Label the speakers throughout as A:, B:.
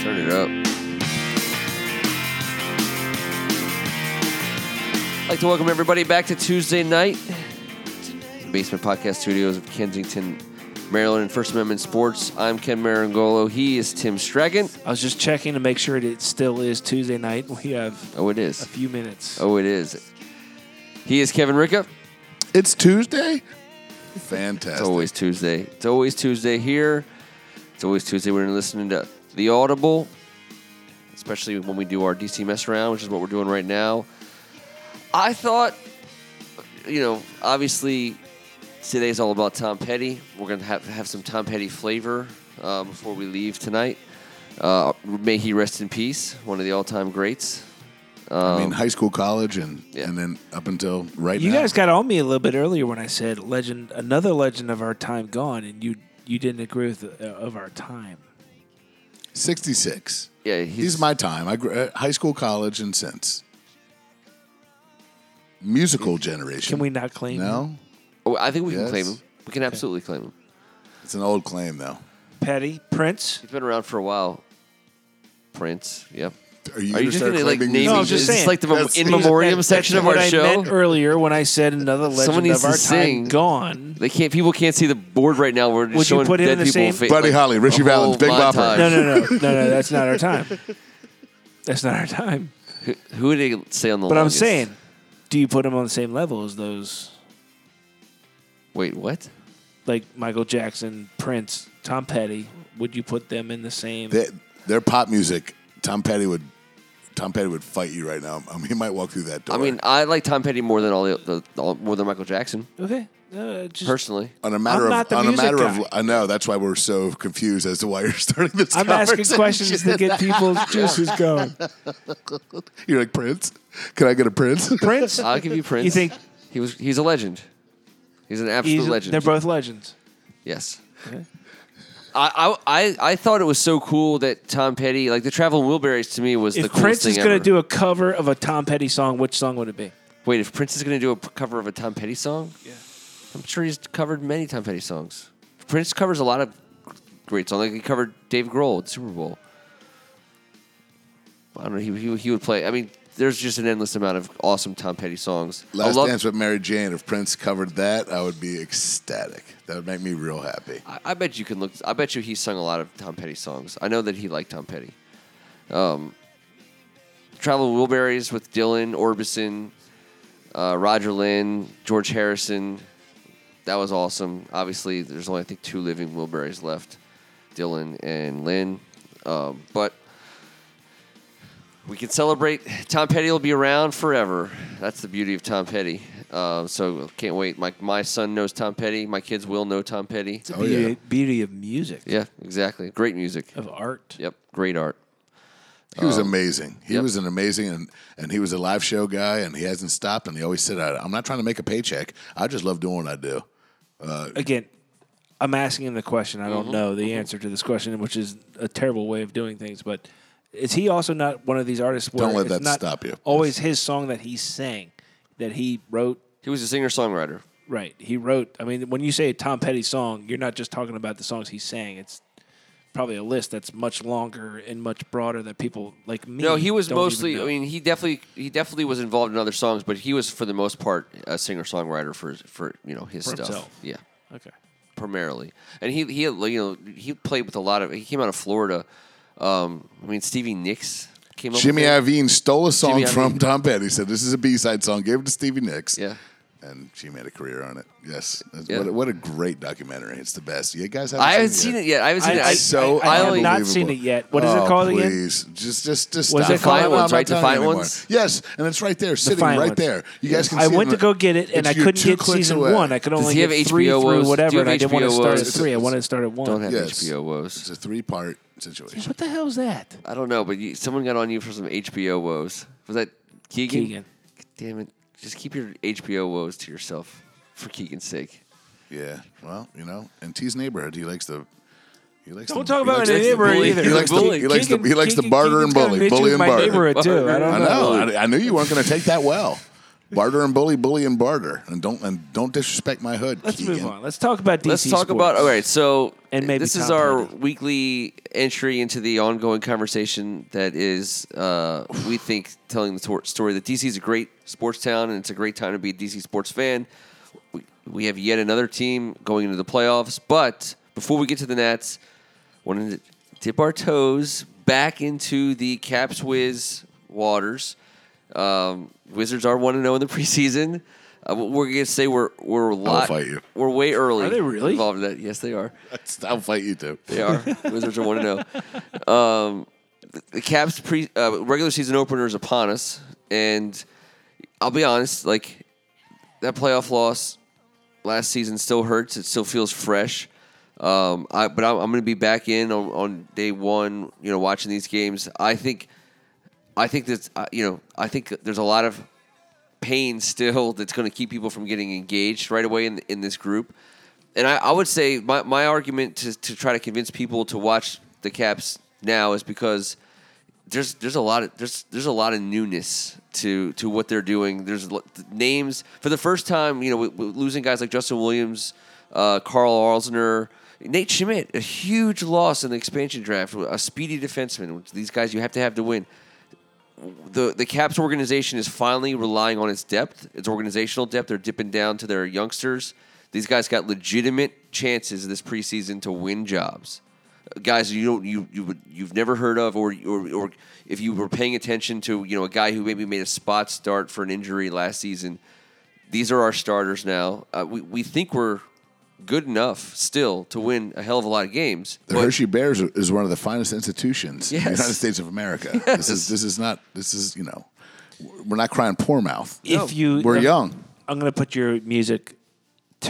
A: Start it up. I'd like to welcome everybody back to Tuesday night. The Basement Podcast Studios of Kensington, Maryland, and First Amendment Sports. I'm Ken Marangolo. He is Tim Stragan.
B: I was just checking to make sure that it still is Tuesday night. We have
A: Oh, it
B: a
A: is.
B: few minutes.
A: Oh, it is. He is Kevin Ricka.
C: It's Tuesday?
A: It's
C: Fantastic.
A: always Tuesday. It's always Tuesday here. It's always Tuesday when you're listening to the Audible, especially when we do our DC mess around, which is what we're doing right now. I thought, you know, obviously today's all about Tom Petty. We're gonna have have some Tom Petty flavor uh, before we leave tonight. Uh, may he rest in peace, one of the all-time greats.
C: I mean, high school, college, and
A: Yeah.
C: and then up until right
B: you
C: now.
B: guys got on me a little bit earlier when I said legend, another legend of our time gone, and you you didn't agree with uh, of our time.
C: 66.
A: Yeah,
C: He's, my time. I gr- uh, high school, college, and since. Musical generation.
B: Can we not claim?
C: No,
A: Oh, I think we can
C: Yes.
A: claim him. We can absolutely claim him.
C: it's an old claim though.
B: Petty Prince.
A: He's been around for a while. Prince, yep. Are
C: Are you,
A: you
C: gonna
A: just
C: start
A: going to like
C: claiming
A: name?
B: No, I'm
C: music?
B: just
A: is this
B: saying.
A: like the mem-
C: That's-
A: in
C: He's-
A: memoriam
B: That's
A: section of
B: what
A: our
B: I
A: show.
B: meant earlier when I said another legend
A: needs
B: of
A: to
B: our
A: sing.
B: time gone.
A: They can't. People can't see the board right now. We're just
B: Would you
A: showing
B: put him
A: dead
B: in the
A: people.
B: same-
A: fa-
C: Buddy Holly,
A: a
C: Richie
A: whole
C: Valens, Big Bopper.
A: montage.
B: No, no, no, no, no. That's not our time. That's not our time.
A: Who did they say on the?
B: But I'm
A: longest?
B: saying, do you put him on the same level as those
A: Wait, what?
B: like Michael Jackson, Prince, Tom Petty? Would you put them in the same?
C: They- their pop music. Tom Petty would. Tom Petty would fight you right now. I mean, he might walk through that door.
A: I mean, I like Tom Petty more than all the, the all, more than Michael Jackson
B: okay, uh, just
A: personally.
C: on a matter
B: I'm
C: of
B: not the
C: on a
B: music
C: matter
B: guy.
C: of I know that's why we're so confused as to why you're starting this.
B: I'm asking
C: conversation.
B: questions to get people's juices going.
C: You're like Prince. Can I get a Prince?
B: Prince,
A: I'll give you Uh, Prince.
B: you think
A: he was? He's a legend. He's an absolute
B: he's,
A: legend.
B: they're both legends?
A: Yes. I, I I I thought it was so cool that Tom Petty, like the Traveling Wilburys, to me was the
B: If
A: coolest
B: Prince
A: thing
B: is going to
A: ever.
B: do a cover of a Tom Petty song, which song would it be?
A: Wait, if Prince is going to do a p- cover of a Tom Petty song, yeah, I'm sure he's covered many Tom Petty songs. Prince covers a lot of great songs. Like he covered Dave Grohl at the Super Bowl. I don't know. He, he, he would play. I mean, there's just an endless amount of awesome Tom Petty songs. I
C: Last
A: love.
C: Dance with Mary Jane. If Prince covered that, I would be ecstatic. That would make me real happy.
A: I, I bet you can look. I bet you he sung a lot of Tom Petty songs. I know that he liked Tom Petty. Um, Traveling Wilburys with Dylan Orbison, uh, Roger Lynn, George Harrison. That was awesome. Obviously, there's only I think two living Wilburys left, Dylan and Lynn. Um, but we can celebrate. Tom Petty will be around forever. That's the beauty of Tom Petty. Uh, so can't wait. My my son knows Tom Petty. My kids will know Tom Petty.
B: The
C: Oh,
B: beauty,
C: yeah.
B: beauty of music,
A: Yeah, exactly. Great music.
B: of art.
A: Yep, great art.
C: He was amazing. He
A: Oh. yep.
C: was an amazing and, and he was a live show guy and he hasn't stopped and he always said I, I'm not trying to make a paycheck. I just love doing what I do.
B: Again, I'm asking him the question. I don't know the answer to this question, which is a terrible way of doing things. But is he also not one of these artists? Where
C: Don't let
B: it's
C: that
B: not
C: stop you.
B: Always his song that he sang, that he wrote
A: He was a singer songwriter.
B: Right. He wrote. I mean, when you say a Tom Petty song, you're not just talking about the songs he sang. It's probably a list that's much longer and much broader that people like me.
A: No, he was
B: don't even
A: mostly. I
B: know.
A: mean, he definitely he definitely was involved in other songs, but he was for the most part a singer songwriter for for you know his
B: For
A: stuff.
B: himself.
A: Yeah,
B: okay.
A: primarily. And he he had, like, you know he played with a lot of. He came out of Florida. Um, I mean, Stevie Nicks came up.
C: Jimmy
A: with it.
C: Iovine stole a song
A: Jimmy
C: from
A: Iovine.
C: Tom Petty. Said this is a B-side song. Gave it to Stevie Nicks.
A: Yeah.
C: And she made a career on it. Yes. That's-
A: Yeah.
C: What, a, what a great documentary. It's the best. You guys haven't
A: I haven't
C: seen
A: seen
C: it.
A: it
C: yet.
A: yet. I haven't seen
B: I-
A: it.
B: I-
C: so
B: I have not
C: unbelievable.
B: seen it yet. What is it
C: Oh,
B: called again?
C: please. again? Just, just, just.
B: What is
C: stop.
B: it called?
C: No, no, I'm
A: Defiant Ones,
C: not
A: right?
C: telling
A: Defiant
C: you anymore.
A: Ones?
C: Yes, and it's right there, sitting
B: Fine
C: right
B: Ones.
C: there. You guys can.
B: I
C: see it
B: went
C: in
B: to
C: the-
B: go get it, and
C: it's
B: I
C: your
B: couldn't
C: two
B: get
C: clicks
B: season
C: away.
B: one. I could only
A: he
B: get
A: have
B: three
A: HBO woes?
B: through
A: Do
B: whatever,
A: you
B: and I
A: have
B: didn't want to
A: HBO
B: start
A: woes?
B: at three. I wanted to start at one.
A: Don't have
C: Yes.
A: HBO woes.
C: It's a three-part situation.
B: What the hell is that?
A: I don't know, but you, someone got on you for some HBO woes. Was that Keegan?
B: Keegan.
A: Damn it! Just keep your HBO woes to yourself, for Keegan's sake.
C: Yeah. Well, you know, and T's neighborhood. He likes the. He likes
B: Don't
C: the,
B: talk
C: he
B: about
C: likes
B: my
C: the
B: neighborhood
C: bully.
B: either.
C: He likes, the, he likes the he likes the barter and bully, bully and
B: my
C: barter.
B: neighborhood too. I
C: I
B: don't know.
C: know. I, I knew you weren't going to take that well. Barter and bully, bully and barter, and don't and don't disrespect my hood.
B: Let's
C: Keegan.
B: move on. Let's talk about DC.
A: Let's talk about.
B: sports.
A: All right, so
B: and maybe
A: this is
B: Tom
A: our
B: Petty.
A: weekly entry into the ongoing conversation that is, uh, we think, telling the tor- story that DC is a great sports town and it's a great time to be a DC sports fan. We, we have yet another team going into the playoffs, but before we get to the Nats, wanted to dip our toes back into the Caps Wiz waters. Um, Wizards are one to zero in the preseason. Uh, we're gonna say we're we're a lot.
C: fight you.
A: We're way early.
B: Are they really?
A: involved in that? Yes, they are.
C: That's- I'll fight you too.
A: They are. Wizards are one to know. Um, the- the Caps pre uh, regular season opener is upon us, and I'll be honest, like that playoff loss last season still hurts. It still feels fresh. Um, I, but I'm, I'm going to be back in on, on day one. You know, watching these games. I think, I think that uh, you know, I think there's a lot of pain still that's going to keep people from getting engaged right away in in this group. And I, I would say my, my argument to, to try to convince people to watch the Caps now is because there's there's a lot of there's there's a lot of newness to to what they're doing. There's lo- th- names for the first time. You know, with, with losing guys like Justin Williams, uh, Carl Arlsner, Nate Schmidt, a huge loss in the expansion draft. A speedy defenseman. which These guys you have to have to win the the Caps organization is finally relying on its depth, its organizational depth. They're dipping down to their youngsters. These guys got legitimate chances this preseason to win jobs. Guys, you don't you you would- you've never heard of, or or or if you were paying attention to you know a guy who maybe made a spot start for an injury last season. These are our starters now. Uh, we we think we're good enough still to win a hell of a lot of games.
C: The
A: but-
C: Hershey Bears are- is one of the finest institutions in the
A: Yes.
C: United States of America. This is this is not this is you know we're not crying poor mouth.
A: No,
B: if you
C: we're
B: I'm-
C: young.
B: I'm gonna put your music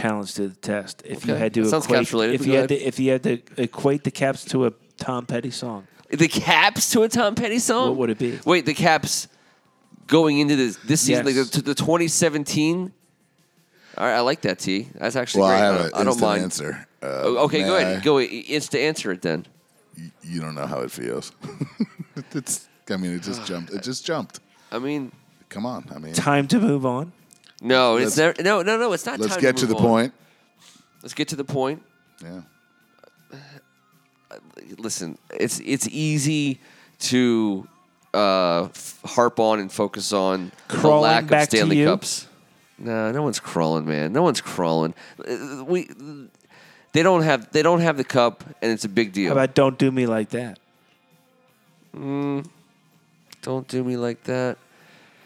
B: talents to the test. If you
A: Okay.
B: had to
A: That sounds
B: equate,
A: Caps-related,
B: if
A: but
B: you
A: go
B: had to, if you had to equate the Caps to a Tom Petty song,
A: The Caps to a Tom Petty song?
B: What would it be?
A: Wait, the Caps going into this this season,
B: Yes.
A: like the, to the 2017. All right, I like that T. That's actually
C: Well, I
A: great.
C: have
A: don't-
C: an
A: I don't
C: instant
A: mind.
C: answer. Uh,
A: O- Okay,
C: may
A: go ahead.
C: I?
A: Go instant answer it then.
C: You don't know how it feels. it's. I mean, it just jumped. It just jumped.
A: I mean,
C: Come on. I mean,
B: time to move on.
A: no, it's
C: Let's-
A: never, no, no, no. It's not.
C: let's
A: time
C: get to
A: move
C: the
A: on.
C: point.
A: Let's get to the point.
C: Yeah.
A: Listen, it's it's easy to uh, f- harp on and focus on the
B: Crawling
A: lack of
B: back to
A: Stanley
B: you?
A: Cups. No, no one's crawling, man. No one's crawling. Uh, We they don't have they don't have the cup, and it's a big deal.
B: How about "Don't Do Me Like That"?
A: Don't do me like that.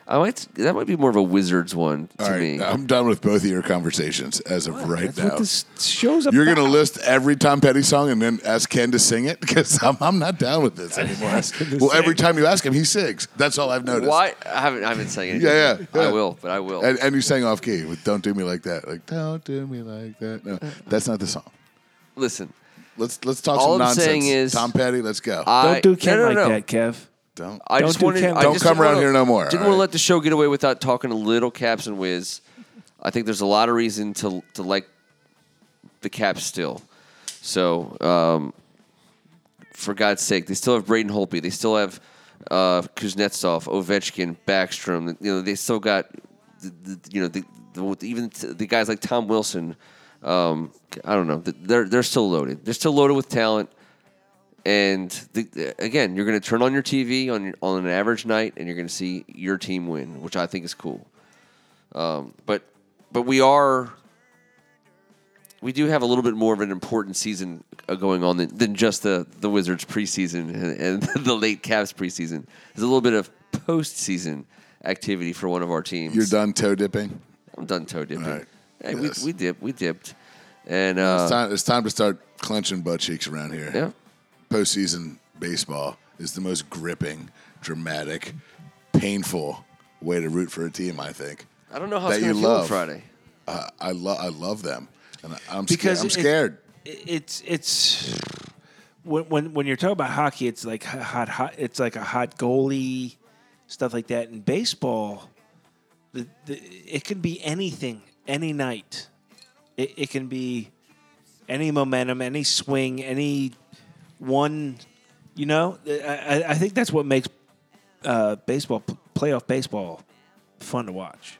A: I might. That might be more of a wizard's one to
C: All right.
A: me.
C: I'm done with both of your conversations as of right
B: That's
C: now.
B: what this show's about.
C: You're going to list every Tom Petty song and then ask Ken to sing it because I'm, I'm not down with this anymore.
B: to
C: well, every
B: sing.
C: time you ask him, he sings. That's all I've noticed.
A: Why? I haven't. I haven't sang it.
C: Yeah, yeah, yeah.
A: I will, but I will.
C: And, and you sang off key with "Don't Do Me Like That." Like, don't do me like that. No, that's not the song.
A: Listen,
C: Let's let's talk
A: All
C: some
A: I'm
C: nonsense.
A: saying is-
C: Tom Petty, let's go.
B: Don't
A: I
B: do Ken
A: no, no,
B: like
A: no.
B: that, Kev.
C: don't.
A: I
B: Don't
A: just
B: do
A: wanted.
B: Ken
A: I
B: Don't
A: just
C: come
A: didn't
C: around
A: wanna-
C: here no more,
A: Didn't want
C: all right?
A: to let the show get away without talking a little caps and whiz. I think there's a lot of reason to to like the caps still. So, um, for God's sake, they still have Braden Holtby. They still have uh, Kuznetsov, Ovechkin, Backstrom. You know, they still got the, the, you know the, the even t- the guys like Tom Wilson. Um, I don't know. They're they're still loaded. They're still loaded with talent. And the- the, again, you're going to turn on your TV on on an average night, and you're going to see your team win, which I think is cool. Um, but but we are we do have a little bit more of an important season uh, going on than, than just the the Wizards preseason and, and the late Cavs preseason. There's a little bit of postseason activity for one of our teams.
C: You're done toe dipping.
A: I'm done toe dipping.
C: All right.
A: Hey,
C: Yes.
A: we, we dipped. We dipped. And
C: It's
A: uh,
C: time, it's time to start clenching butt cheeks around here.
A: yeah,
C: Postseason baseball is the most gripping, dramatic, painful way to root for a team. I think.
A: I don't know how
C: That
A: it's
C: you
A: going to feel on
C: love.
A: Friday.
C: Uh, I love I love them, and I- I'm
B: Because
C: scared. I'm
B: it-
C: scared.
B: it's it's when when when you're talking about hockey, it's like h- hot hot. It's like a hot goalie, stuff like that. In baseball, the, the it can be anything, any night. It, it can be any momentum, any swing, any one. You know, I, I- I think that's what makes uh, baseball playoff baseball fun to watch.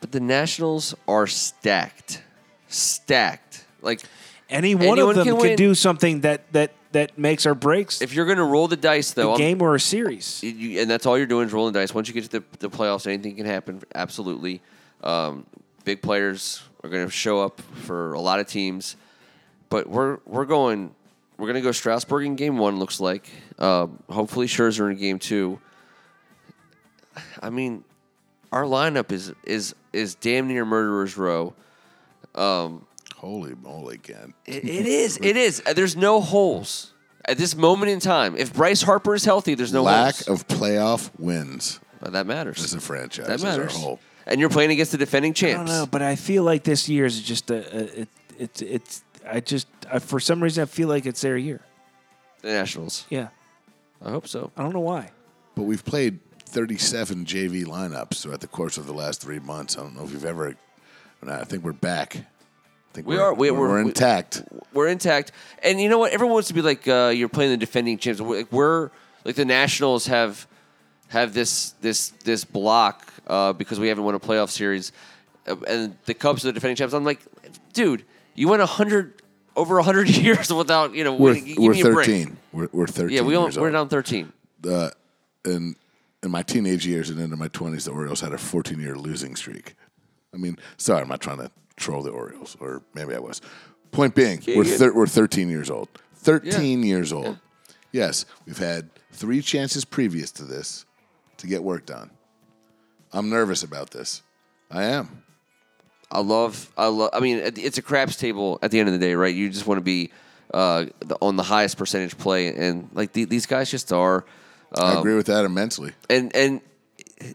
A: But the Nationals are stacked, stacked. Like
B: Any one
A: Anyone
B: of them
A: can
B: can,
A: win.
B: do something that that that makes or breaks
A: If you're going to roll the dice, though,
B: a
A: I'm-
B: game or a series.
A: you, and that's all you're doing is rolling dice. Once you get to the, the playoffs, anything can happen. Absolutely, um, big players are going to show up for a lot of teams, but we're we're going we're going to go Strasburg in game one. Looks like um, hopefully Scherzer in game two. I mean, our lineup is is is damn near murderers row.
C: Holy moly, Ken.
A: It, it is. It is. Uh, There's no holes at this moment in time. If Bryce Harper is healthy, there's no
C: Lack
A: holes.
C: of playoff wins
A: Well, that matters.
C: as a franchise.
A: That
C: As our
A: matters.
C: whole.
A: And you're playing against the defending
B: I don't
A: champs.
B: know, but I feel like this year is just a, a it, it's it's I just I, for some reason I feel like it's their year.
A: The Nationals.
B: Yeah,
A: I hope so.
B: I don't know why.
C: But we've played 37 JV lineups throughout the course of the last three months. I don't know if we've ever. and I think we're back. I think
A: We
C: we're,
A: are- we-
C: we're,
A: we're-
C: we're
A: we-
C: intact.
A: We're intact. And you know what? Everyone wants to be like uh, you're playing the defending champs. We're, like, we're like the Nationals have have this this this block uh, because we haven't won a playoff series, Uh, and the Cubs are the defending champs. I'm like, dude, you went hundred over hundred years without you know
C: We're,
A: winning. Give
C: we're
A: me a break.
C: 13. We're, we're 13.
A: Yeah, we all,
C: years
A: we're
C: old.
A: down thirteen.
C: uh, in in my teenage years and into my twenties, the Orioles had a 14 year losing streak. I mean, sorry, I'm not trying to troll the Orioles, or maybe I was. Point being, we're
A: yeah.
C: thir- we're 13 years old. 13 years old. Yes, we've had three chances previous to this to get work done. I'm nervous about this. I am.
A: I love, I love. I mean, it- it's a craps table at the end of the day, right? You just want to be uh, the, on the highest percentage play, and like the, these guys just are. uh,
C: I agree with that immensely.
A: and and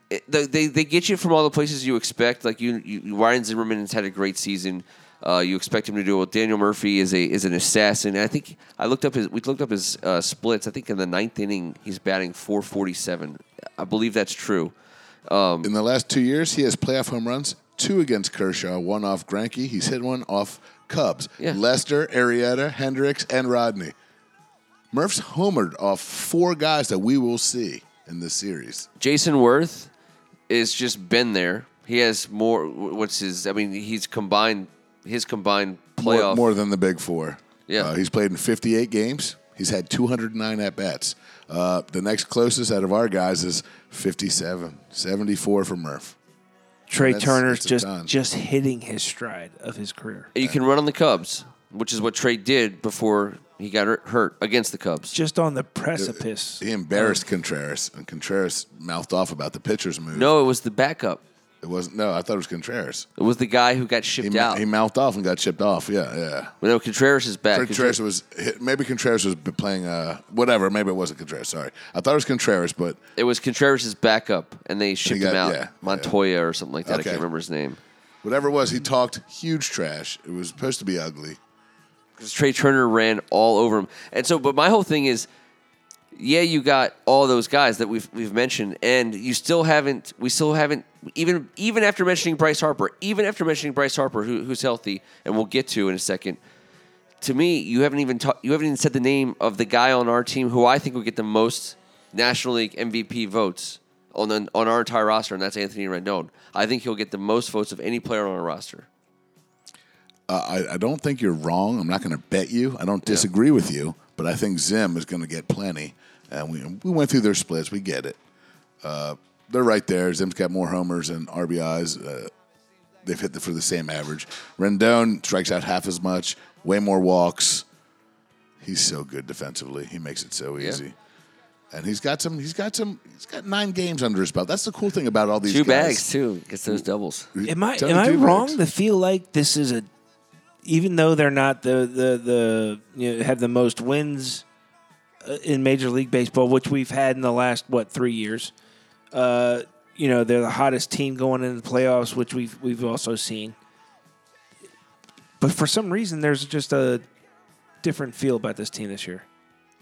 A: it, they- they they get you from all the places you expect. Like you, you Ryan Zimmerman has had a great season. Uh, you expect him to do well. Daniel Murphy is a is an assassin. And I think I looked up his we looked up his uh, splits. I think in the ninth inning he's batting 447. I believe that's true.
C: In the last two years, he has playoff home runs, two against Kershaw, one off Granke. He's hit one off Cubs,
A: Yeah.
C: Lester, Arietta, Hendricks, and Rodney. Murph's homered off four guys that we will see in this series.
A: Jason Worth is just been there. He has more. What's his? I mean, he's combined his combined
C: More-
A: playoff.
C: More, than the big four.
A: Yeah.
C: Uh, he's played in 58 games. He's had 209 at bats. Uh, the next closest out of our guys is 57, 74 for Murph.
B: Trey
C: That's-
B: Turner's
C: that's a
B: just
C: ton.
B: just hitting his stride of his career.
A: you can run on the Cubs, which is what Trey did before he got hurt- hurt against the Cubs.
B: Just on the precipice.
C: He embarrassed Contreras, and Contreras mouthed off about the pitcher's move.
A: Uh-huh. No, it was the backup.
C: it wasn't. No, I thought it was Contreras.
A: It was the guy who got shipped
C: He, mou-
A: out.
C: he mouthed off and got shipped off. Yeah, yeah.
A: no, Contreras is back.
C: Contreras was maybe Contreras was playing uh whatever. Maybe it wasn't Contreras. Sorry, I thought it was Contreras, but
A: it was Contreras' backup, and they shipped
C: got-
A: him out.
C: yeah, yeah.
A: Montoya or something like that. I
C: Okay.
A: can't remember his name.
C: whatever it was, he talked huge trash. It was supposed to be ugly.
A: because Trey Turner ran all over him. And so, but my whole thing is, yeah, you got all those guys that we've we've mentioned, and you still haven't. We still haven't even even after mentioning Bryce Harper, even after mentioning Bryce Harper, who, who's healthy, and we'll get to in a second. To me, you haven't even ta- you haven't even said the name of the guy on our team who I think would get the most National League MVP votes on the, on our entire roster, and that's Anthony Rendon. I think he'll get the most votes of any player on our roster.
C: Uh, I, I don't think you're wrong. I'm not going to bet you. I don't disagree with you, but I think Zim is going to get plenty. And we we went through their splits. We get it. Uh, they're right there. Zim's got more homers and RBIs. Uh, they've hit the, for the same average. Rendon strikes out half as much. Way more walks. He's so good defensively. He makes it so easy. And he's got some. He's got some. He's got nine games under his belt. That's the cool thing about all these
A: Two bags
C: guys.
A: too gets those doubles.
B: Am I
C: Tony
B: am I
C: Dubags.
B: wrong to feel like this is a even though they're not the the the you know, have the most wins uh, in Major League Baseball, which we've had in the last what three years. Uh, you know they're the hottest team going into the playoffs, which we've we've also seen. But for some reason, there's just a different feel about this team this year.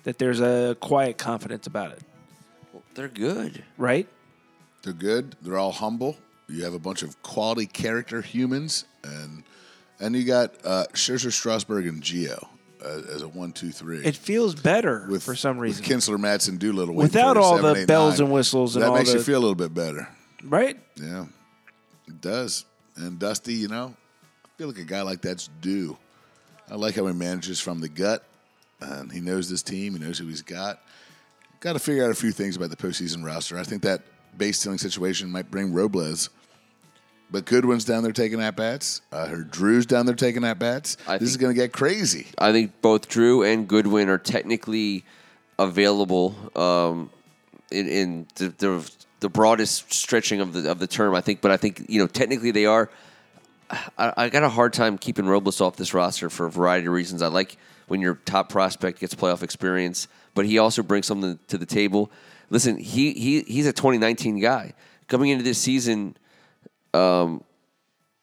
B: That there's a quiet confidence about it,
A: They're good.
B: right?
C: They're good. They're all humble. You have a bunch of quality character humans, and and you got uh, Scherzer, Strasburg, and Geo uh, as a one, two, three.
B: It feels better for some reason,
C: with Kinsler, Matson, Doolittle, waiting
B: Without
C: for you,
B: all
C: seven,
B: the
C: eight,
B: bells
C: nine.
B: and whistles and
C: That
B: all
C: makes you
B: the-
C: feel a little bit better.
B: right?
C: Yeah, it does. And Dusty, you know, I feel like a guy like that's due. I like how he manages from the gut, and he knows this team. He knows who he's got. Got to figure out a few things about the postseason roster. I think that base stealing situation might bring Robles, but Goodwin's down there taking at bats. I heard Drew's down there taking at bats. This
A: I
C: is
A: think-
C: going to get crazy.
A: I think both Drew and Goodwin are technically available um, in, in the, the the broadest stretching of the of the term. I think, but I think you know technically they are. I, I got a hard time keeping Robles off this roster for a variety of reasons. I like when your top prospect gets playoff experience, but he also brings something to the table. Listen, he, he he's a 2019 guy coming into this season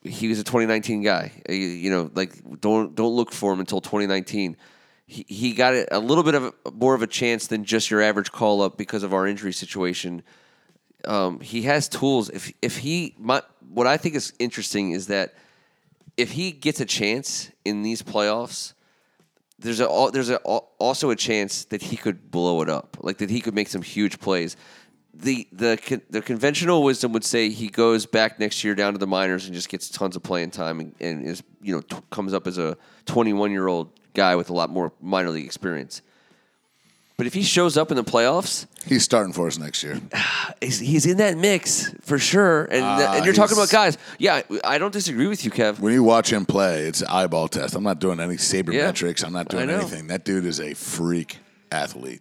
A: he was a 2019 guy. Uh, You you know, like don't don't look for him until 2019. He, he got a a little bit of a, more of a chance than just your average call up because of our injury situation. Um, he has tools. If if he my, what I think is interesting is that if he gets a chance in these playoffs, there's a al- there's a, al- also a chance that he could blow it up, like that he could make some huge plays. The the con- the conventional wisdom would say he goes back next year down to the minors and just gets tons of playing time and, and is you know t- comes up as a 21 year old guy with a lot more minor league experience. But if he shows up in the playoffs,
C: He's starting for us next year.
A: he's, he's in that mix for sure. And,
C: Ah,
A: and you're talking about
C: he's-
A: guys. Yeah, I don't disagree with you, Kev.
C: When you watch him play, it's an eyeball test. I'm not doing any saber
A: Yeah.
C: metrics. I'm not doing
A: I know.
C: anything. That dude is a freak athlete.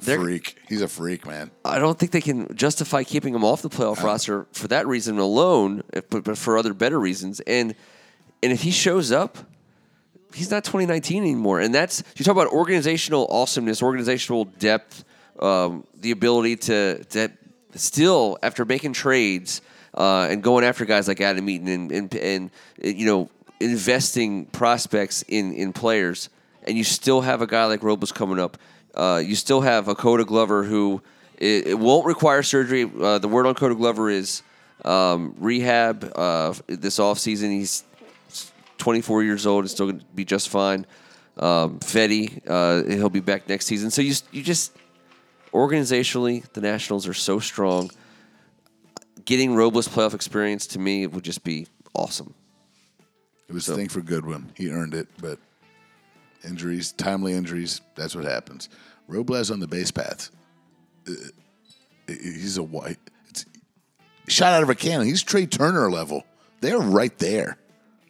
A: They're-
C: freak. He's a freak, man.
A: I don't think they can justify keeping him off the playoff roster for that reason alone, if- but, but for other better reasons. And and if he shows up, he's not 2019 anymore. And that's you talk about organizational awesomeness, organizational depth, um, the ability to to still after making trades uh, and going after guys like Adam Eaton and and, and uh, you know investing prospects in in players, and you still have a guy like Robles coming up. Uh, you still have a Coda Glover who it, it won't require surgery. Uh, the word on Coda Glover is um, rehab uh, this offseason. He's 24 years old and still going to be just fine. Um, Fetty, uh, he'll be back next season. So you you just organizationally, the Nationals are so strong. Getting Robles playoff experience to me would just be awesome.
C: It was a thing for Goodwin. He earned it, but injuries, timely injuries, that's what happens. Robles on the base path. Uh, He's a white. It's shot out of a cannon. He's Trey Turner level. They're right there.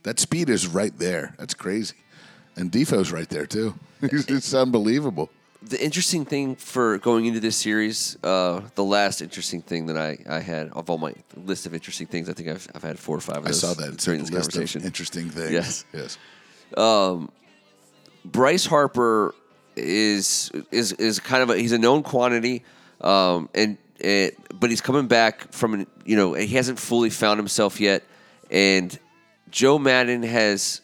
C: That speed is right there. That's crazy. And Defoe's right there too. It's, it's unbelievable.
A: The interesting thing for going into this series, uh, the last interesting thing that I, I had of all my list of interesting things, I think I've, I've had four or five of
C: I
A: those
C: saw that
A: during this
C: list of
A: conversation.
C: interesting things.
A: Yes.
C: Yes.
A: Bryce Harper is is is kind of a, he's a known quantity, um, and it, but he's coming back from an, you know he hasn't fully found himself yet, and Joe Madden has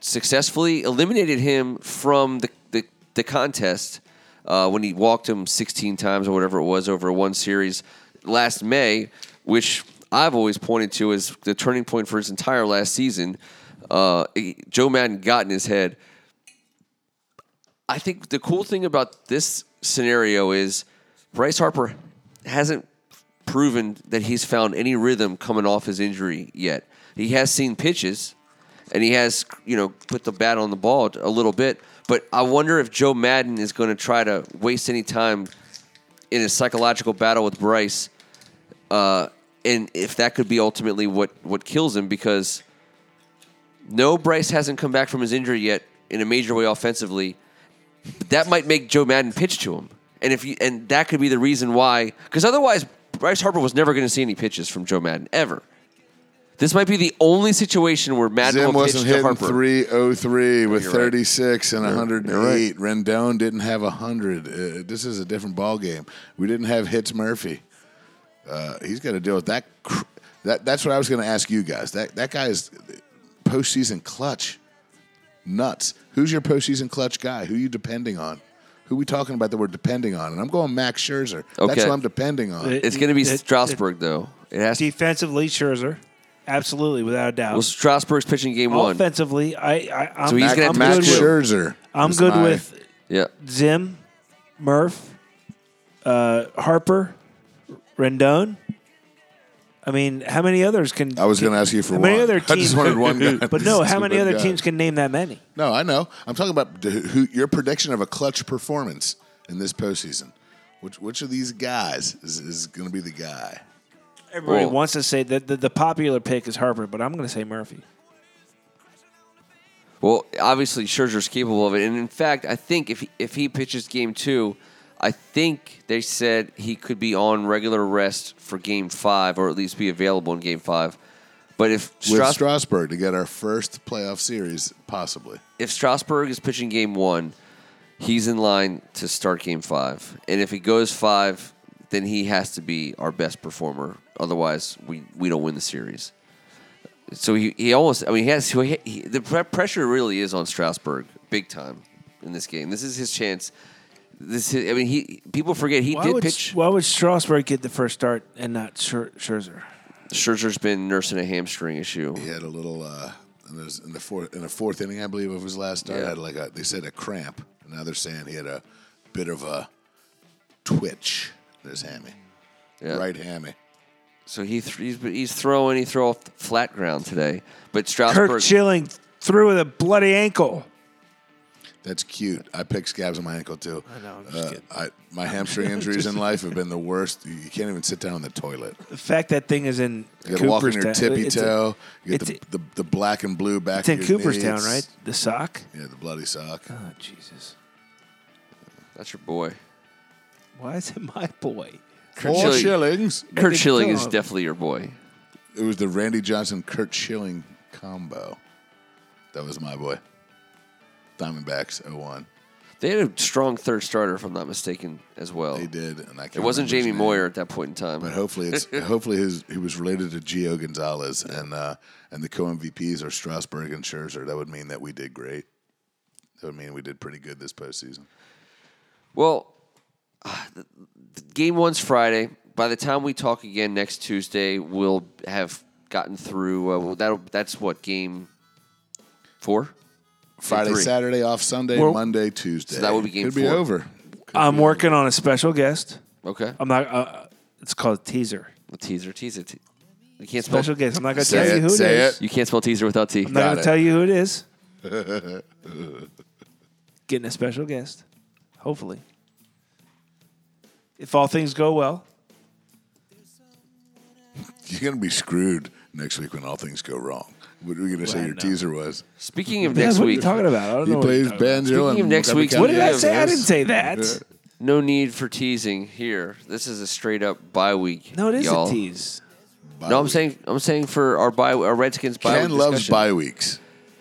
A: successfully eliminated him from the the, the contest uh, when he walked him 16 times or whatever it was over one series last May, which I've always pointed to as the turning point for his entire last season. Uh, Joe Madden got in his head. I think the cool thing about this scenario is Bryce Harper hasn't proven that he's found any rhythm coming off his injury yet. He has seen pitches and he has, you know, put the bat on the ball a little bit, but I wonder if Joe Madden is going to try to waste any time in a psychological battle with Bryce uh, and if that could be ultimately what, what kills him because no Bryce hasn't come back from his injury yet in a major way offensively that might make Joe Madden pitch to him, and if you and that could be the reason why, because otherwise Bryce Harper was never going to see any pitches from Joe Madden ever. This might be the only situation where Madden
C: Zim
A: will pitch
C: wasn't
A: to
C: hitting
A: Harper.
C: 303 with
A: You're right.
C: 36 and
A: you're right.
C: 108. Rendon didn't have 100. Uh, this is a different ball game. We didn't have Hits Murphy. Uh, he's got to deal with that. Cr- that that's what I was going to ask you guys. That that guy is postseason clutch. Nuts. Who's your postseason clutch guy? Who you depending on? Who we talking about that we're depending on? And I'm going Max Scherzer. That's
A: Okay.
C: who I'm depending on.
B: It-
A: It's going to be
B: it- it-
A: Strasburg though. It has to.
B: Defensively, Scherzer, absolutely, without a doubt.
A: Well, Strasburg's pitching game one.
B: Offensively, I, I I'm,
A: So he's gonna have
B: I'm good
C: Max
A: Max
B: with,
A: Scherzer.
C: Scherzer.
B: I'm
C: is
B: good
C: my-
B: with
A: Yeah,
B: Zim, Murph, uh, Harper, Rendon, I mean, how many others can?
C: I was
B: can-
C: going to ask you for
B: how
C: one.
B: many other teams?
C: I just wanted one guy.
B: But no, how
C: Just
B: many
C: one
B: other
C: guy.
B: teams can name that many?
C: No, I know. I'm talking about the- who, your prediction of a clutch performance in this postseason. Which which of these guys is, is going to be the guy?
B: Everybody
A: Well-
B: wants to say that the, the popular pick is Harper, but I'm going to say Murphy.
A: Well, obviously Scherzer's capable of it, and in fact, I think if he, if he pitches Game Two, I think they said he could be on regular rest for Game Five, or at least be available in Game Five. But if
C: With
A: Stras-
C: Strasburg to get our first playoff series, possibly.
A: if Strasburg is pitching Game One, he's in line to start Game Five, and if he goes five, then he has to be our best performer. Otherwise, we, we don't win the series. So he, he almost I mean he has he, he, the pre- pressure really is on Strasburg big time in this game. This is his chance. This is, I mean he people forget he
B: Why
A: did
B: would,
A: pitch.
B: why would Strasburg get the first start and not Scher- Scherzer?
A: Scherzer's been nursing a hamstring issue.
C: He had a little uh, in, those, in the fourth in the fourth inning, I believe, of his last start.
A: Yeah.
C: Had like a they said a cramp. And now they're saying he had a bit of a twitch in his hammy,
A: Yeah.
C: right hammy.
A: So he th- he's, he's throwing he threw off flat ground today, but Strasburg
B: Kirk Chilling threw with a bloody ankle.
C: That's cute. I pick scabs on my ankle too. I
B: know, I'm just kidding.
C: I, my hamstring injuries in life have been the worst. You you can't even sit down on the toilet.
B: The fact that thing is in
C: You got to walk on your
B: Cooperstown-
C: tippy
B: it's-
C: toe. You
B: it's-
C: get the, the, the black and blue
B: It's
C: back.
B: in
C: of your
B: Cooperstown,
C: knees.
B: right? The sock.
C: Yeah, the bloody sock.
B: Oh Jesus!
A: that's your boy.
B: Why is it my boy?
A: Kurt
C: Four
A: Schilling-
C: shillings.
A: Kurt
B: Big
A: Schilling is
B: dog.
A: definitely your boy.
C: It was the Randy Johnson Kurt Schilling combo. That was my boy. Diamondbacks 01.
A: They had a strong third starter, if I'm not mistaken, as well.
C: They did, and I can't
A: It wasn't
C: remember his
A: Jamie
C: name.
A: Moyer at that point in time.
C: But hopefully, it's hopefully his he was related to Gio Gonzalez and uh, and the co MVPs are Strasburg and Scherzer. That would mean that we did great. That would mean we did pretty good this postseason.
A: Well, ah, game one's Friday. By the time we talk again next Tuesday, we'll have gotten through. Uh, well, that'll, that's what game four.
C: Friday,
A: three.
C: Saturday off, Sunday,
B: Well-
C: Monday, Tuesday.
A: that would be game
C: Could be
A: four.
C: over.
B: I'm working on a special guest.
A: Okay,
B: I'm not. Uh, it's called teaser.
A: teaser, teaser. Te- you can't spell.
B: Special guest. I'm not going to
C: Say
B: tell you
C: it,
B: who
C: say
B: it is.
C: it.
A: You can't spell teaser without T.
B: I'm not going
C: Got
B: to
C: it.
B: tell you who it is. Getting a special guest, hopefully. If all things go well,
C: You're gonna be screwed next week when all things go wrong. What are we gonna say?
B: Well,
C: Your
B: no.
C: teaser was
A: Speaking of
B: Yeah,
A: next
B: what are you
A: week,
B: talking about? I don't
C: he
B: know. what you're
C: plays
B: talking about.
C: banjo.
A: Speaking
C: and
A: of next
C: Montgomery
A: week's-
C: County
B: What did I
C: Jazz.
B: say? I didn't say that.
A: no need for teasing here. This is a straight up bye week.
B: No, it is
A: y'all.
B: a tease.
C: Bye
A: No, I'm
C: week.
A: saying I'm saying for our bye, our Redskins bye.
C: Ken
A: week
C: loves
A: discussion.
C: bye weeks.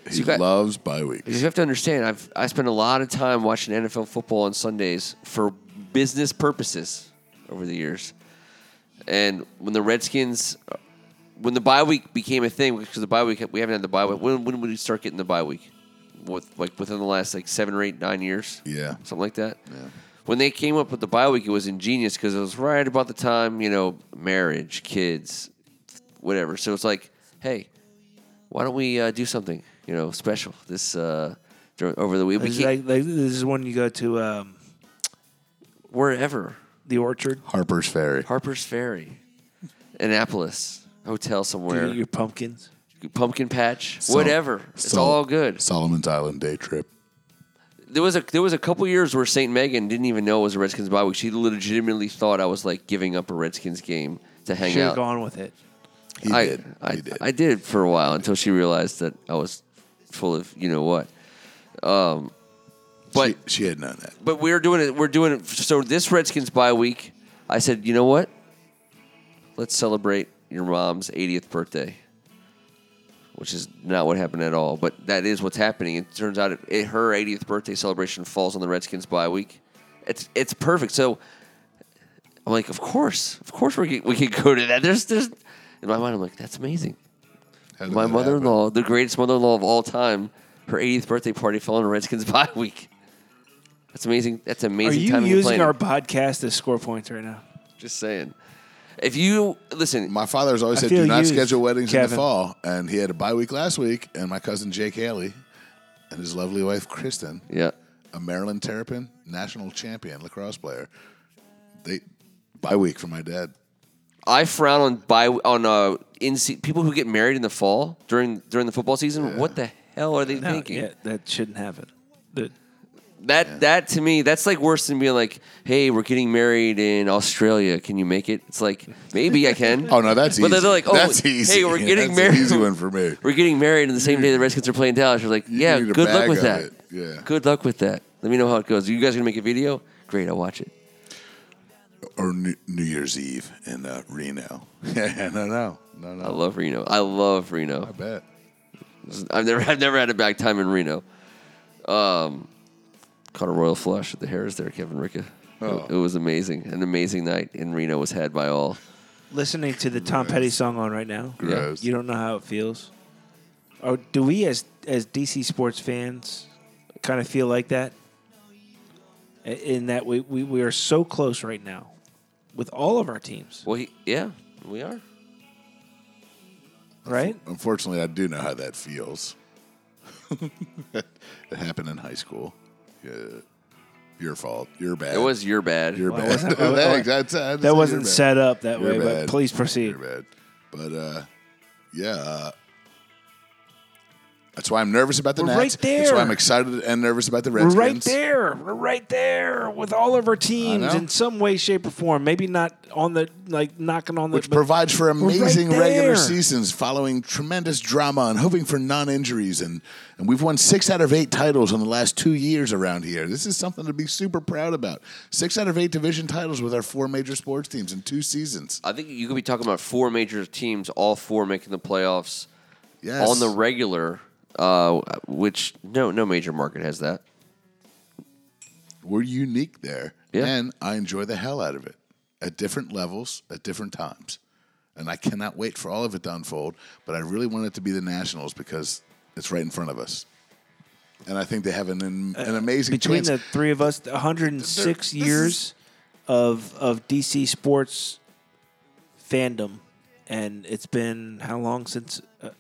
C: He
A: you got-
C: loves bye weeks.
A: Because you have to understand, I've I spend a lot of time watching NFL football on Sundays for business purposes over the years, and when the Redskins, when the bye week became a thing, because the bye week we haven't had the bye week. When when did we start getting the bye week? With like within the last like seven or eight nine years,
C: Yeah.
A: something like that. When they came up with the bye week, it was ingenious because it was right about the time you know marriage, kids, whatever. So it's like, hey, why don't we uh, do something you know special this uh, dur- over the week? We
B: It's
A: can't-
B: like- like, this is when you go to um,
A: wherever
B: the orchard,
C: Harper's Ferry.
A: Harper's Ferry, Annapolis hotel
B: you
A: somewhere,
B: get your pumpkins.
A: pumpkin patch,
C: Sol-
A: whatever. It's
C: Sol-
A: all good.
C: Solomon's Island day trip.
A: There was a there was a couple years where Saint Megan didn't even know it was a Redskins bye week. She legitimately thought I was like giving up a Redskins game to hang
B: Should have
A: out.
B: gone with it.
C: He
A: I,
C: did.
A: I,
C: he did.
A: I did for a while until she realized that I was full of you know what. Um, but-
C: she, she had known that.
A: But we're doing it. We're doing it. So this Redskins bye week, I said, you know what? Let's celebrate your mom's 80th birthday, which is not what happened at all. But that is what's happening. It turns out it, it- her 80th birthday celebration falls on the Redskins bye week. It's it's perfect. So I'm like, of course, of course we could, we could go to that. There's there's in my mind, I'm like, that's amazing.
C: How did
A: My
C: that
A: mother in law, the greatest mother in law of all time, her 80th birthday party fell on a Redskins bye week. That's amazing. That's
B: Are
A: amazing.
B: you
A: timing and
B: using
A: planning.
B: our podcast as score points right now?
A: Just saying. If you
C: happen.
A: listen,
C: My father's always
B: I
C: said,
B: feel
C: "Do not
B: used,
C: schedule weddings in
B: Kevin.
C: the fall." And he had a bye week last week, and my cousin Jake Haley and his lovely wife Kristen,
A: yeah,
C: a Maryland Terrapin national champion lacrosse player, they bye week for my dad.
A: I frown on by on uh in se- people who get married in the fall during during the football season. What the hell are they
B: No,
A: thinking?
B: yeah, that shouldn't happen. That-
A: That that to me, that's like worse than being like, "Hey, we're getting married in Australia. Can you make it?" It's like maybe I can.
C: Oh no, that's
A: But
C: easy.
A: they're like, "Oh,
C: that's easy.
A: hey, we're getting
C: That's an
A: married."
C: Easy one for me.
A: We're getting married on the same day the Redskins are playing Dallas. You're like,
C: Hmm. You
A: yeah,
C: need a
A: good luck
C: bag
A: with
C: of
A: that.
C: it. Yeah.
A: Good luck with that. Let me know how it goes. You guys gonna make a video? Great, I'll watch it.
C: Or New, New Year's Eve in uh, Reno. Yeah, no, no, no, no.
A: I love Reno. I love
C: I
A: Reno.
C: bet.
A: I've never I've never had a bad time in Reno. Um, caught a royal flush at the Harris there, Kevin Ricka. It-
C: Oh.
A: It, was amazing. An amazing night in Reno was had by all.
B: listening to the Tom Petty song on right now,
C: Gross.
B: you don't know how it feels. Or do we, as as DC sports fans, kind of feel like that? I- In that we, we, we are so close right now with all of our teams,
A: Well, he, yeah, we are.
B: right?
C: Unfortunately, I do know how that feels. it happened in high school. Yeah. Your fault. Your bad.
A: It was your bad.
C: your
B: Well,
C: bad.
B: it wasn't-
C: Thanks. That's- that's-
B: That
C: you're
B: wasn't
C: bad.
B: set up that
C: You're
B: way,
C: bad.
B: but please proceed.
C: You're bad. But uh, yeah, uh, that's why I'm nervous about the
B: We're
C: Nats.
B: right
C: That's why
B: there.
C: I'm excited and nervous about the
B: We're
C: Redskins.
B: right there. We're right there with all of our
C: I
B: teams
C: know.
B: in some way, shape, or form. Maybe not on the like knocking on the
C: which
B: but-
C: provides for
B: right
C: amazing regular
B: there.
C: seasons following tremendous drama and hoping for non-injuries and and we've won 6 out of 8 titles in the last 2 years around here. This is something to be super proud about. 6 out of 8 division titles with our four major sports teams in 2 seasons.
A: I think you could be talking about four major teams, all four making the playoffs
C: Yes.
A: on the regular. Uh, which no, no major market has that.
C: We're unique there.
A: Yeah.
C: And I enjoy the hell out of it at different levels, at different times. And I cannot wait for all of it to unfold, but I really want it to be the Nationals because it's right in front of us. And I think they have an, an amazing
B: Uh, between
C: chance.
B: the three of us, 106
C: They're- this
B: years of of DC sports fandom, and it's been how long since a,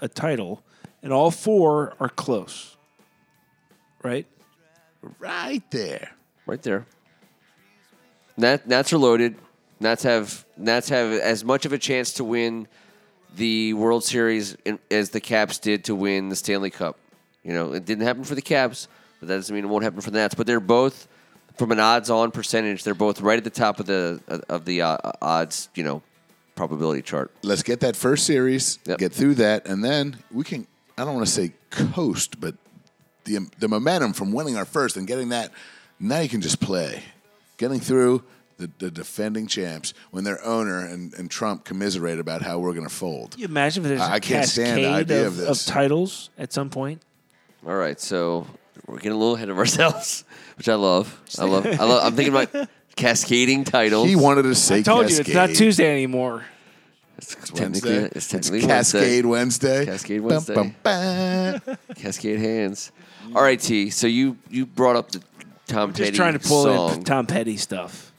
B: a title, and all four are close, right?
C: right there.
A: Right there. Nat, Nats are loaded. Nats have Nats have as much of a chance to win the World Series in, as the Caps did to win the Stanley Cup. You know, it didn't happen for the Caps, but that doesn't mean it won't happen for the Nats. But they're both, from an odds-on percentage, they're both right at the top of the of the uh, odds. You know, probability chart.
C: Let's get that first series,
A: Yep.
C: get through that, and then we can, I don't want to say coast, but the, the momentum from winning our first and getting that, now you can just play. Getting through the, the defending champs when their owner and, and Trump commiserate about how we're going to fold.
B: Can you imagine if there's
C: I-
B: a
C: I can't stand the
B: cascade
C: idea
B: of,
C: of
B: of
C: this.
B: titles at some point?
A: All right, so we're getting a little ahead of ourselves, which I love. I love. I love I'm thinking about cascading titles.
C: He wanted to say
B: I told you it's not
C: Cascade.
B: Tuesday anymore.
A: It's technically,
C: Wednesday.
A: it's technically Wednesday.
C: Cascade Wednesday.
A: Cascade
C: Bum,
A: Wednesday.
C: bum, bum.
A: Cascade Hands. All right, T. So you you brought up the Tom
B: Just
A: Petty
B: trying to pull
A: song.
B: in Tom Petty stuff.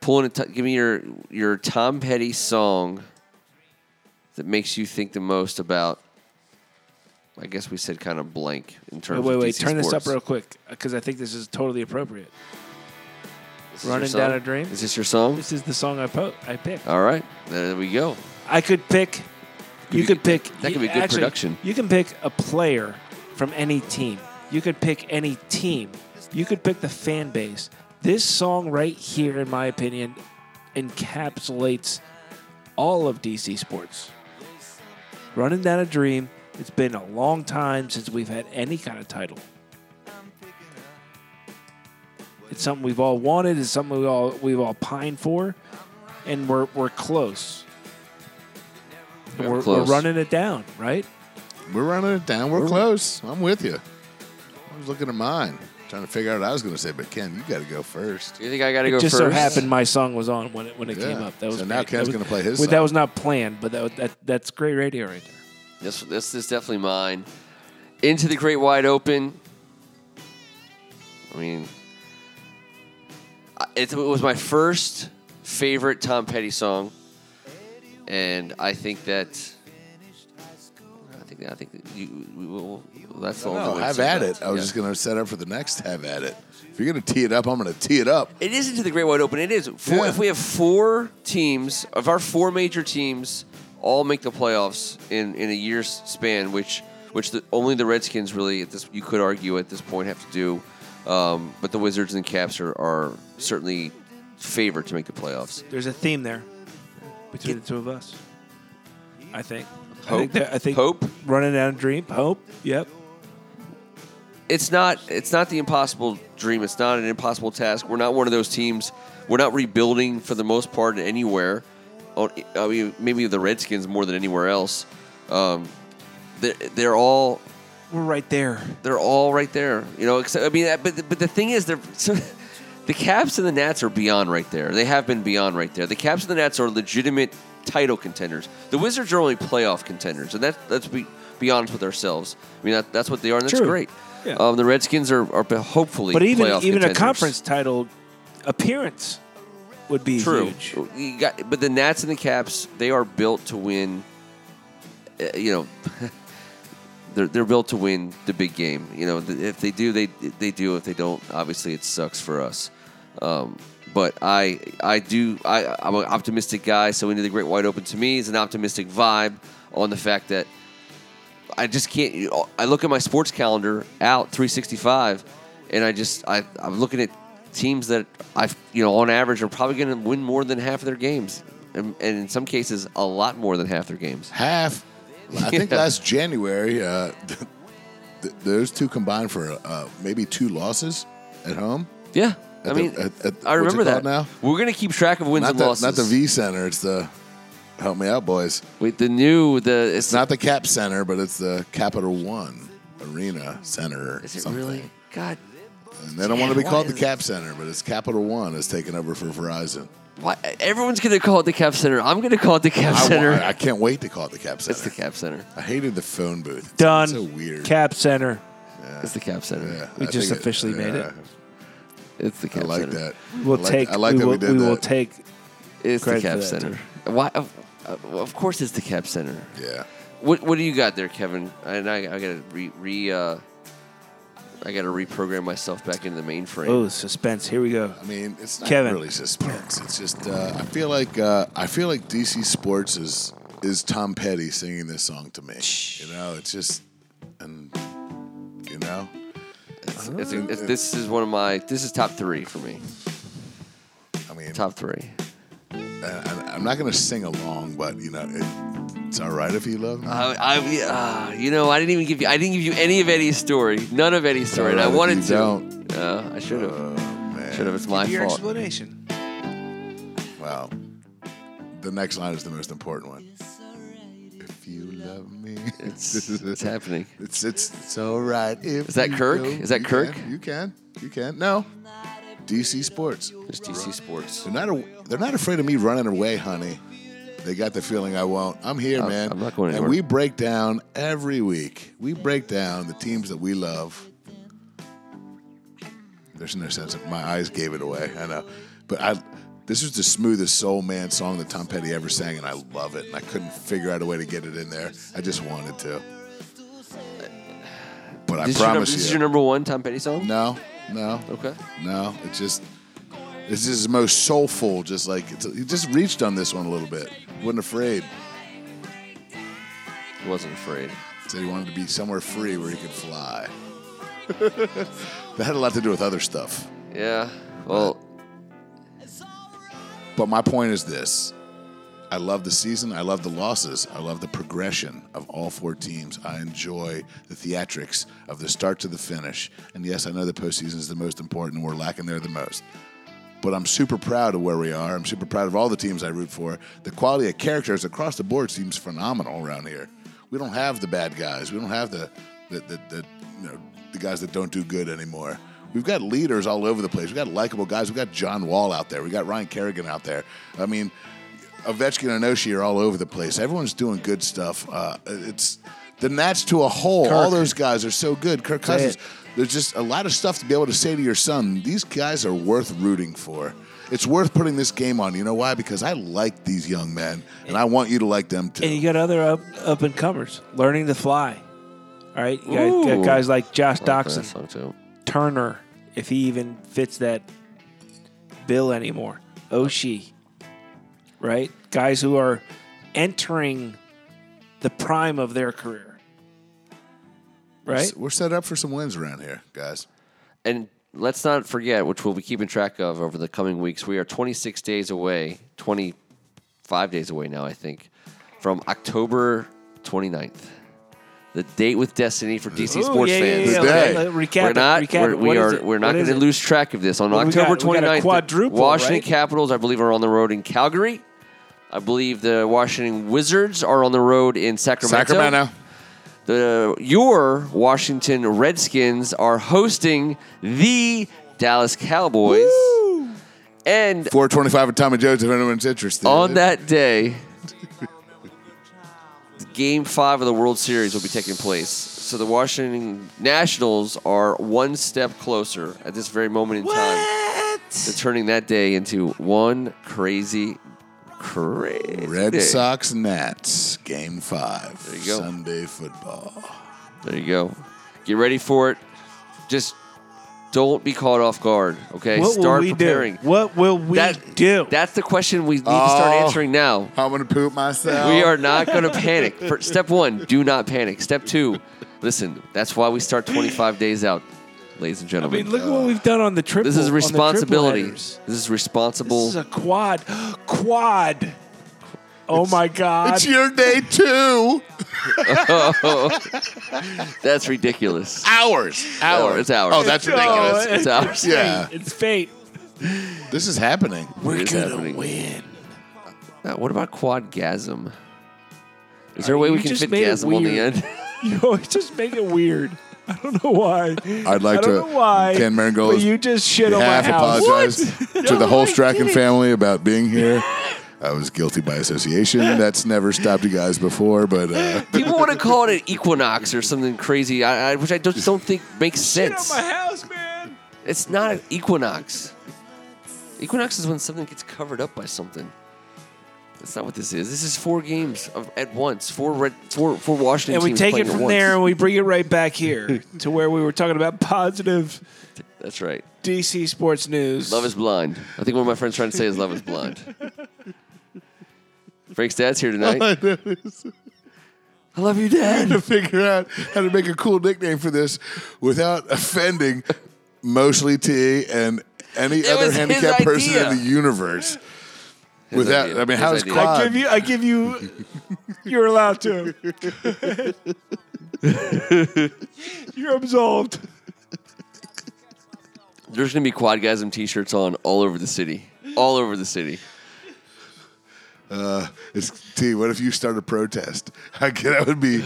A: Pulling a t- give me your your Tom Petty song that makes you think the most about. I guess we said kind of blank in terms.
B: Wait, wait,
A: of
B: wait!
A: DC
B: Turn this up
A: sports.
B: real quick because I think this is totally appropriate.
A: Is this your
B: Running
A: song?
B: Down a Dream.
A: Is Oh. this your song?
B: This is the song I po- I picked.
A: All right, there we go.
B: I could pick. you
A: be-
B: could pick.
A: that could be
B: you-
A: good
B: actually,
A: production.
B: You can pick a player from any team. You could pick any team. You could pick the fan base. This song right here, in my opinion, encapsulates all of DC sports. Running down a dream. It's been a long time since we've had any kind of title. It's something we've all wanted. It's something we all we've all pined for, and we're we're close.
A: Very
B: We're,
A: close.
B: we're running it down, right?
C: We're running it down. We're close. I'm with you. I was looking at mine, trying to figure out what I was going to say, but Ken, you got to go first.
A: Do you think I got to
B: it
A: go
B: just
A: first?
B: so happened my song was on when it when it
C: Yeah.
B: came up. That was
C: So now
B: great. That
C: Ken's
B: was-
C: gonna play his
B: well, That
C: song.
B: was not planned, but that, was- that that's great radio right there.
A: This this is definitely mine. Into the great wide open. I mean, I- it was my first favorite Tom Petty song, and I think that I think I think that you we will That's the only
C: No,
A: way to
C: have
A: say
C: at
A: that.
C: it. I was
A: Oh, Yeah.
C: just going to set up for the next have at it. If you're going to tee it up, I'm going to tee it up.
A: It is into the great wide open. It is. Four,
C: Yeah.
A: If we have four teams, of our four major teams, all make the playoffs in, in a year's span, which which the, only the Redskins really, at this, you could argue at this point, have to do. Um, but the Wizards and Caps are, are certainly favored to make the playoffs.
B: There's a theme there between the two of us. I think. I
A: Hope?
B: think, that, I think
A: Hope?
B: Running down a dream. Hope. Yep.
A: it's not it's not the impossible dream. It's not an impossible task. We're not one of those teams. We're not rebuilding for the most part anywhere. Oh, I mean, maybe the Redskins more than anywhere else. Um, they're, they're all
B: We're right there.
A: they're all right there. You know, except I mean, that- but but the thing is, they're so, the Caps and the Nats are beyond right there. They have been beyond right there. The Caps and the Nats are legitimate title contenders. The Wizards are only playoff contenders, and that let's be be honest with ourselves. I mean, that, that's what they are, and that's
B: True.
A: great.
B: Yeah.
A: Um, the Redskins are, are hopefully,
B: But even
A: playoff
B: even a
A: contenders.
B: conference title appearance would be
A: True.
B: huge.
A: You got, but the Nats and the Caps, they are built to win. uh, You know, they're they're built to win the big game. You know, th- if they do, they they do. If they don't, obviously, it sucks for us. Um, but I I do I I'm an optimistic guy, so into the great wide open to me is an optimistic vibe on the fact that I just can't. you know, I look at my sports calendar out 365, and I just I I'm looking at teams that I you know on average are probably going to win more than half of their games, and, and in some cases a lot more than half their games.
C: Half. I think
A: Yeah.
C: last January, uh, th- th- those two combined for uh, maybe two losses at home.
A: Yeah, I
C: At the-
A: mean
C: at- at-
A: I
C: what's it
A: remember that.
C: called now?
A: we're going to keep track of wins
C: Not
A: and
C: the,
A: losses.
C: not the V Center. It's the help me out, boys.
A: Wait, the new the it's
C: It's not the Cap Center, but it's the Capital One Arena Center. or
A: Is it
C: something.
A: really? God,
C: And they don't want to
A: Damn,
C: be called
A: why
C: the
A: is-
C: Cap Center, but it's Capital One is taking over for Verizon.
A: why, everyone's going to call it the Cap Center. I'm going to call it the Cap
C: I,
A: Center.
C: I, I can't wait to call it the Cap Center.
A: it's the Cap Center.
C: I hated the phone booth. It's
B: Done.
C: So weird.
B: Cap Center.
A: It's the Cap Center.
C: Yeah,
B: We
C: I
B: just
C: think
B: officially made it.
A: It's the
C: I
A: Cap
C: like
A: Center.
C: that.
B: We'll
C: I like,
B: take.
C: I like
B: we
C: that
B: will,
C: we did
B: we
C: that.
B: will take.
A: It's the
B: Credit for
A: Cap
B: that,
A: Center.
B: too.
A: Why? Of, of course, it's the Cap Center.
C: yeah.
A: What What do you got there, Kevin? And I, I gotta re, re uh, I gotta reprogram myself back into the mainframe.
B: Oh, suspense. Here we go.
C: I mean, it's not
B: Kevin.
C: really suspense. It's just uh, I feel like uh, I feel like DC Sports is is Tom Petty singing this song to me. You know, it's just and you know,
A: It's- it's- it's- this is one of my. This is top three for me.
C: I mean,
A: Top three.
C: I, I'm not gonna sing along, but you know, it, it's all right if you love me.
A: I, I uh, you know, I didn't even give you. I didn't give you any of Eddie's story. None of Eddie's story. And I
C: Alright, if
A: wanted
C: you
A: to.
C: don't. Oh,
A: Uh, I should have. should have. It's my
B: Your
A: fault.
B: explanation.
C: Well, the next line is the most important one. If you love me,
A: It's, it's happening.
C: It's it's it's all right. If
A: Is that
C: you
A: Kirk?
C: don't-
A: Is that
C: you
A: Kirk?
C: can, you can. You can. No. DC Sports.
A: It's DC Sports.
C: They're not. A, they're not afraid of me running away, honey. They got the feeling I won't. I'm here,
A: I'm-
C: man.
A: I'm not going
C: and
A: anywhere.
C: we break down every week. We break down the teams that we love. There's no sense. My eyes gave it away. I know, but I. This is the smoothest soul man song that Tom Petty ever sang, and I love it. And I couldn't figure out a way to get it in there. I just wanted to. But I
A: This is your num-
C: promise
A: this is
C: you.
A: your number one Tom Petty song.
C: no, no.
A: Okay.
C: No, it just it's just most soulful. Just like it's, he just reached on this one a little bit. wasn't afraid.
A: He wasn't afraid.
C: Said he wanted to be somewhere free where he could fly. that had a lot to do with other stuff.
A: Yeah. Well,
C: But my point is this: I love the season. I love the losses. I love the progression of all four teams. I enjoy the theatrics of the start to the finish. And yes, I know the postseason is the most important. and We're lacking there the most. But I'm super proud of where we are. I'm super proud of all the teams I root for. The quality of characters across the board seems phenomenal around here. We don't have the bad guys. We don't have the the, the, the you know the guys that don't do good anymore. We've got leaders all over the place. We've got likable guys. We've got John Wall out there. We've got Ryan Kerrigan out there. I mean, Ovechkin and Oshie are all over the place. Everyone's doing good stuff. Uh, it's the Nats to a whole. All those guys are so good. Kirk Cousins.
B: it.
C: There's just a lot of stuff to be able to say to your son. These guys are worth rooting for. It's worth putting this game on. You know why? Because I like these young men, and I want you to like them too.
B: And you got other up up and comers learning to fly. All right, you got, you got
A: Ooh.
B: guys like Josh
A: I like that
B: Doxson,
A: song too.
B: Turner, if he even fits that bill anymore. Oshie, right? Guys who are entering the prime of their career, right?
C: We're set up for some wins around here, guys.
A: And let's not forget, which we'll be keeping track of over the coming weeks, we are 26 days away, 25 days away now, I think, from October 29th. The date with Destiny for DC
B: Ooh,
A: sports
B: yeah, yeah,
A: fans.
B: yeah,
C: Today.
B: okay. Recap
A: we're
B: it,
A: not.
B: recap
A: we're,
B: it.
A: we
B: What is
A: are.
B: it?
A: We're not
B: What
A: going
B: is
A: to
B: it?
A: lose track of this. On
B: Well, we
A: October
B: got- we got a
A: 29th,
B: quadruple,
A: Washington
B: right?
A: Capitals, I believe, are on the road in Calgary. I believe the Washington Wizards are on the road in Sacramento.
C: Sacramento.
A: The your Washington Redskins are hosting the Dallas Cowboys, and
C: 425 at Tommy Joe's if anyone's interested.
A: on that day, Game Five of the World Series will be taking place. So the Washington Nationals are one step closer at this very moment in time to
B: What?
A: turning that day into one crazy, crazy
C: Red
A: day.
C: Sox Nats game five. There
A: you go.
C: Sunday football.
A: There you go. Get ready for it. Just don't be caught off guard. Okay,
B: What
A: start
B: will we
A: preparing.
B: do? What will we
A: That-
B: do?
A: That's the question we need to start
C: Oh.
A: answering now.
C: I'm gonna poop myself.
A: We are not going to panic. For, step one: do not panic. Step two: listen. That's why we start 25 days out, ladies and
B: I
A: gentlemen.
B: mean, look at what we've done on the
A: uh,
B: triple.
A: this is
B: on the triple
A: responsibility.
B: headers.
A: This is
B: This
A: responsible.
B: is a quad. Quad. Oh my God.
C: It's your day two.
A: that's ridiculous.
C: Hours. Hours.
A: it's hours.
C: Oh, that's ridiculous.
A: It's ours.
C: yeah.
B: It's fate.
C: This is happening.
A: It
B: We're
A: is
B: gonna
A: happening.
B: win.
A: Now, what about quadgasm? Is there a way
B: Uh, you
A: we can
B: just
A: fit
B: made it
A: gasm on the
B: weird.
A: end?
B: You always just make it weird. I don't know why.
C: I'd like
B: I don't
C: to-
B: know why.
C: Ken Maringol
B: But
C: is-
B: you just shit on my
C: half
B: house.
C: apologize to
B: No,
C: the whole
B: I
C: Strachan
B: didn't.
C: family about being here. I was guilty by association. That's never stopped you guys before, but uh,
A: People want to call it an equinox or something crazy, I, I, which I just don't think makes
B: Shit on
A: sense.
B: my house, man.
A: It's not an equinox. Equinox is when something gets covered up by something. That's not what this is. This is four games of, at once. Four red, four, four Washington
B: And we
A: teams
B: take
A: playing
B: it
A: at
B: from
A: once.
B: there and we bring it right back here to where we were talking about positive
A: That's right.
B: DC sports news.
A: Love is blind. I think one of my friends trying to say is love is blind. Frank's dad's here tonight. I love you, Dad.
C: to figure out how to make a cool nickname for this without offending mostly T and any
A: It
C: other
A: was
C: handicapped
A: his
C: person
A: idea.
C: in the universe. Without,
A: idea.
C: I mean,
A: His
C: how is
A: idea.
C: Quad?
B: I give you. I give you. You're allowed to. you're absolved.
A: There's gonna be quadgasm t-shirts on all over the city. All over the city.
C: It's T. What if you start a protest? I get that would be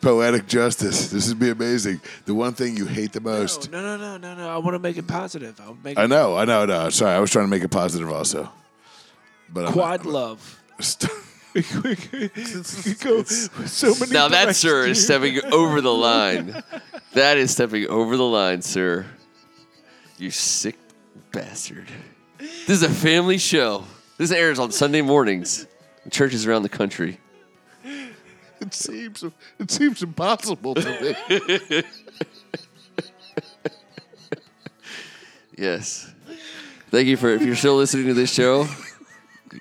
C: poetic justice. This would be amazing. The one thing you hate the most.
B: No, no, no, no, no. I want to make it positive. I'll make
C: I
B: it
C: know, I know, no. Sorry, I was trying to make it positive also. But I'm
B: quad
C: not-
B: love.
C: It's
B: We could go so many.
A: Now that,
B: directions.
A: sir, is stepping over the line. That is stepping over the line, sir. You sick bastard. This is a family show. This airs on Sunday mornings. in Churches around the country.
C: it seems it seems impossible to me.
A: Yes. Thank you for if you're still listening to this show,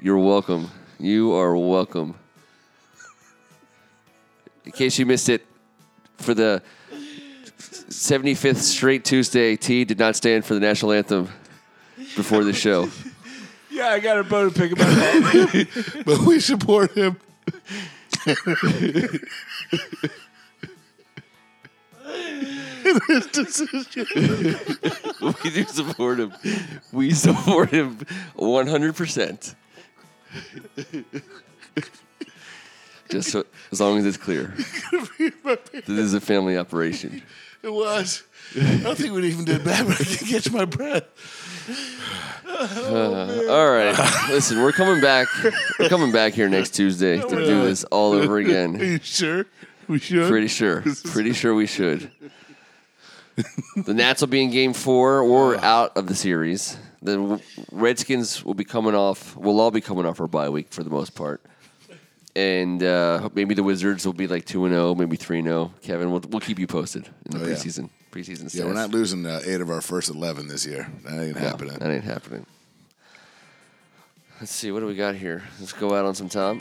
A: you're welcome. You are welcome. In case you missed it, for the 75th straight Tuesday, T did not stand for the national anthem before the show.
B: Yeah, I got a bone to pick about that.
C: but we support him.
A: we do support him. We support him 100%. Just so, as long as it's clear. This is a family operation.
C: It was. I don't think we even did bad, but I can catch my breath.
A: All right. Listen, we're coming back. We're coming back here next Tuesday to do this all over
C: Are
A: again.
C: you sure? We should.
A: Pretty sure. Pretty sure we should. The Nats will be in game four or out of the series. The Redskins will be coming off, we'll all be coming off our bye week for the most part. and uh, maybe the Wizards will be like two and zero, maybe three and zero. Kevin, we'll, we'll keep you posted in the
C: Oh, yeah.
A: preseason. Preseason.
C: Yeah, we're
A: stats.
C: not losing uh, eight of our first eleven this year. That ain't
A: No,
C: happening.
A: That ain't happening. Let's see what do we got here. Let's go out on some Tom.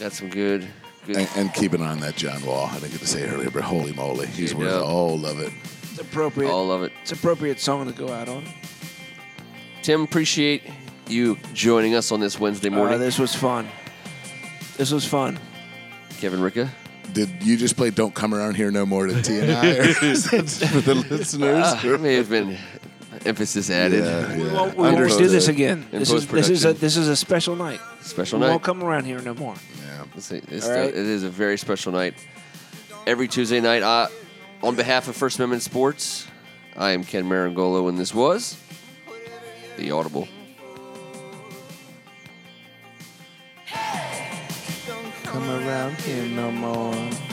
A: Got some good, good.
C: And, and keep an eye on that John Wall. I didn't get to say it earlier, but holy moly, he's
A: Yeah.
C: worth all of it.
B: It's appropriate.
A: all of it.
B: It's appropriate song to go out on.
A: Tim, appreciate you joining us on this Wednesday
B: Uh,
A: morning.
B: this was fun. This was fun.
A: Kevin Ricka.
C: Did you just play "Don't Come Around Here No More" to T and I or- for the listeners?
B: Uh,
A: Ah, there may have been emphasis added.
C: Yeah,
B: We
C: yeah.
B: won't, we won't do
C: Understood.
B: this again.
A: In
B: This is, this is a
A: post-production.
B: this is a special night.
A: Special
B: we
A: night.
B: won't come around here no more.
C: Yeah.
A: It's, a- it's
B: All
A: a-
B: right.
A: it is a very special night. Every Tuesday night, I, on behalf of First Amendment Sports, I am Ken Marangolo, and this was the Audible.
B: Come around here no more.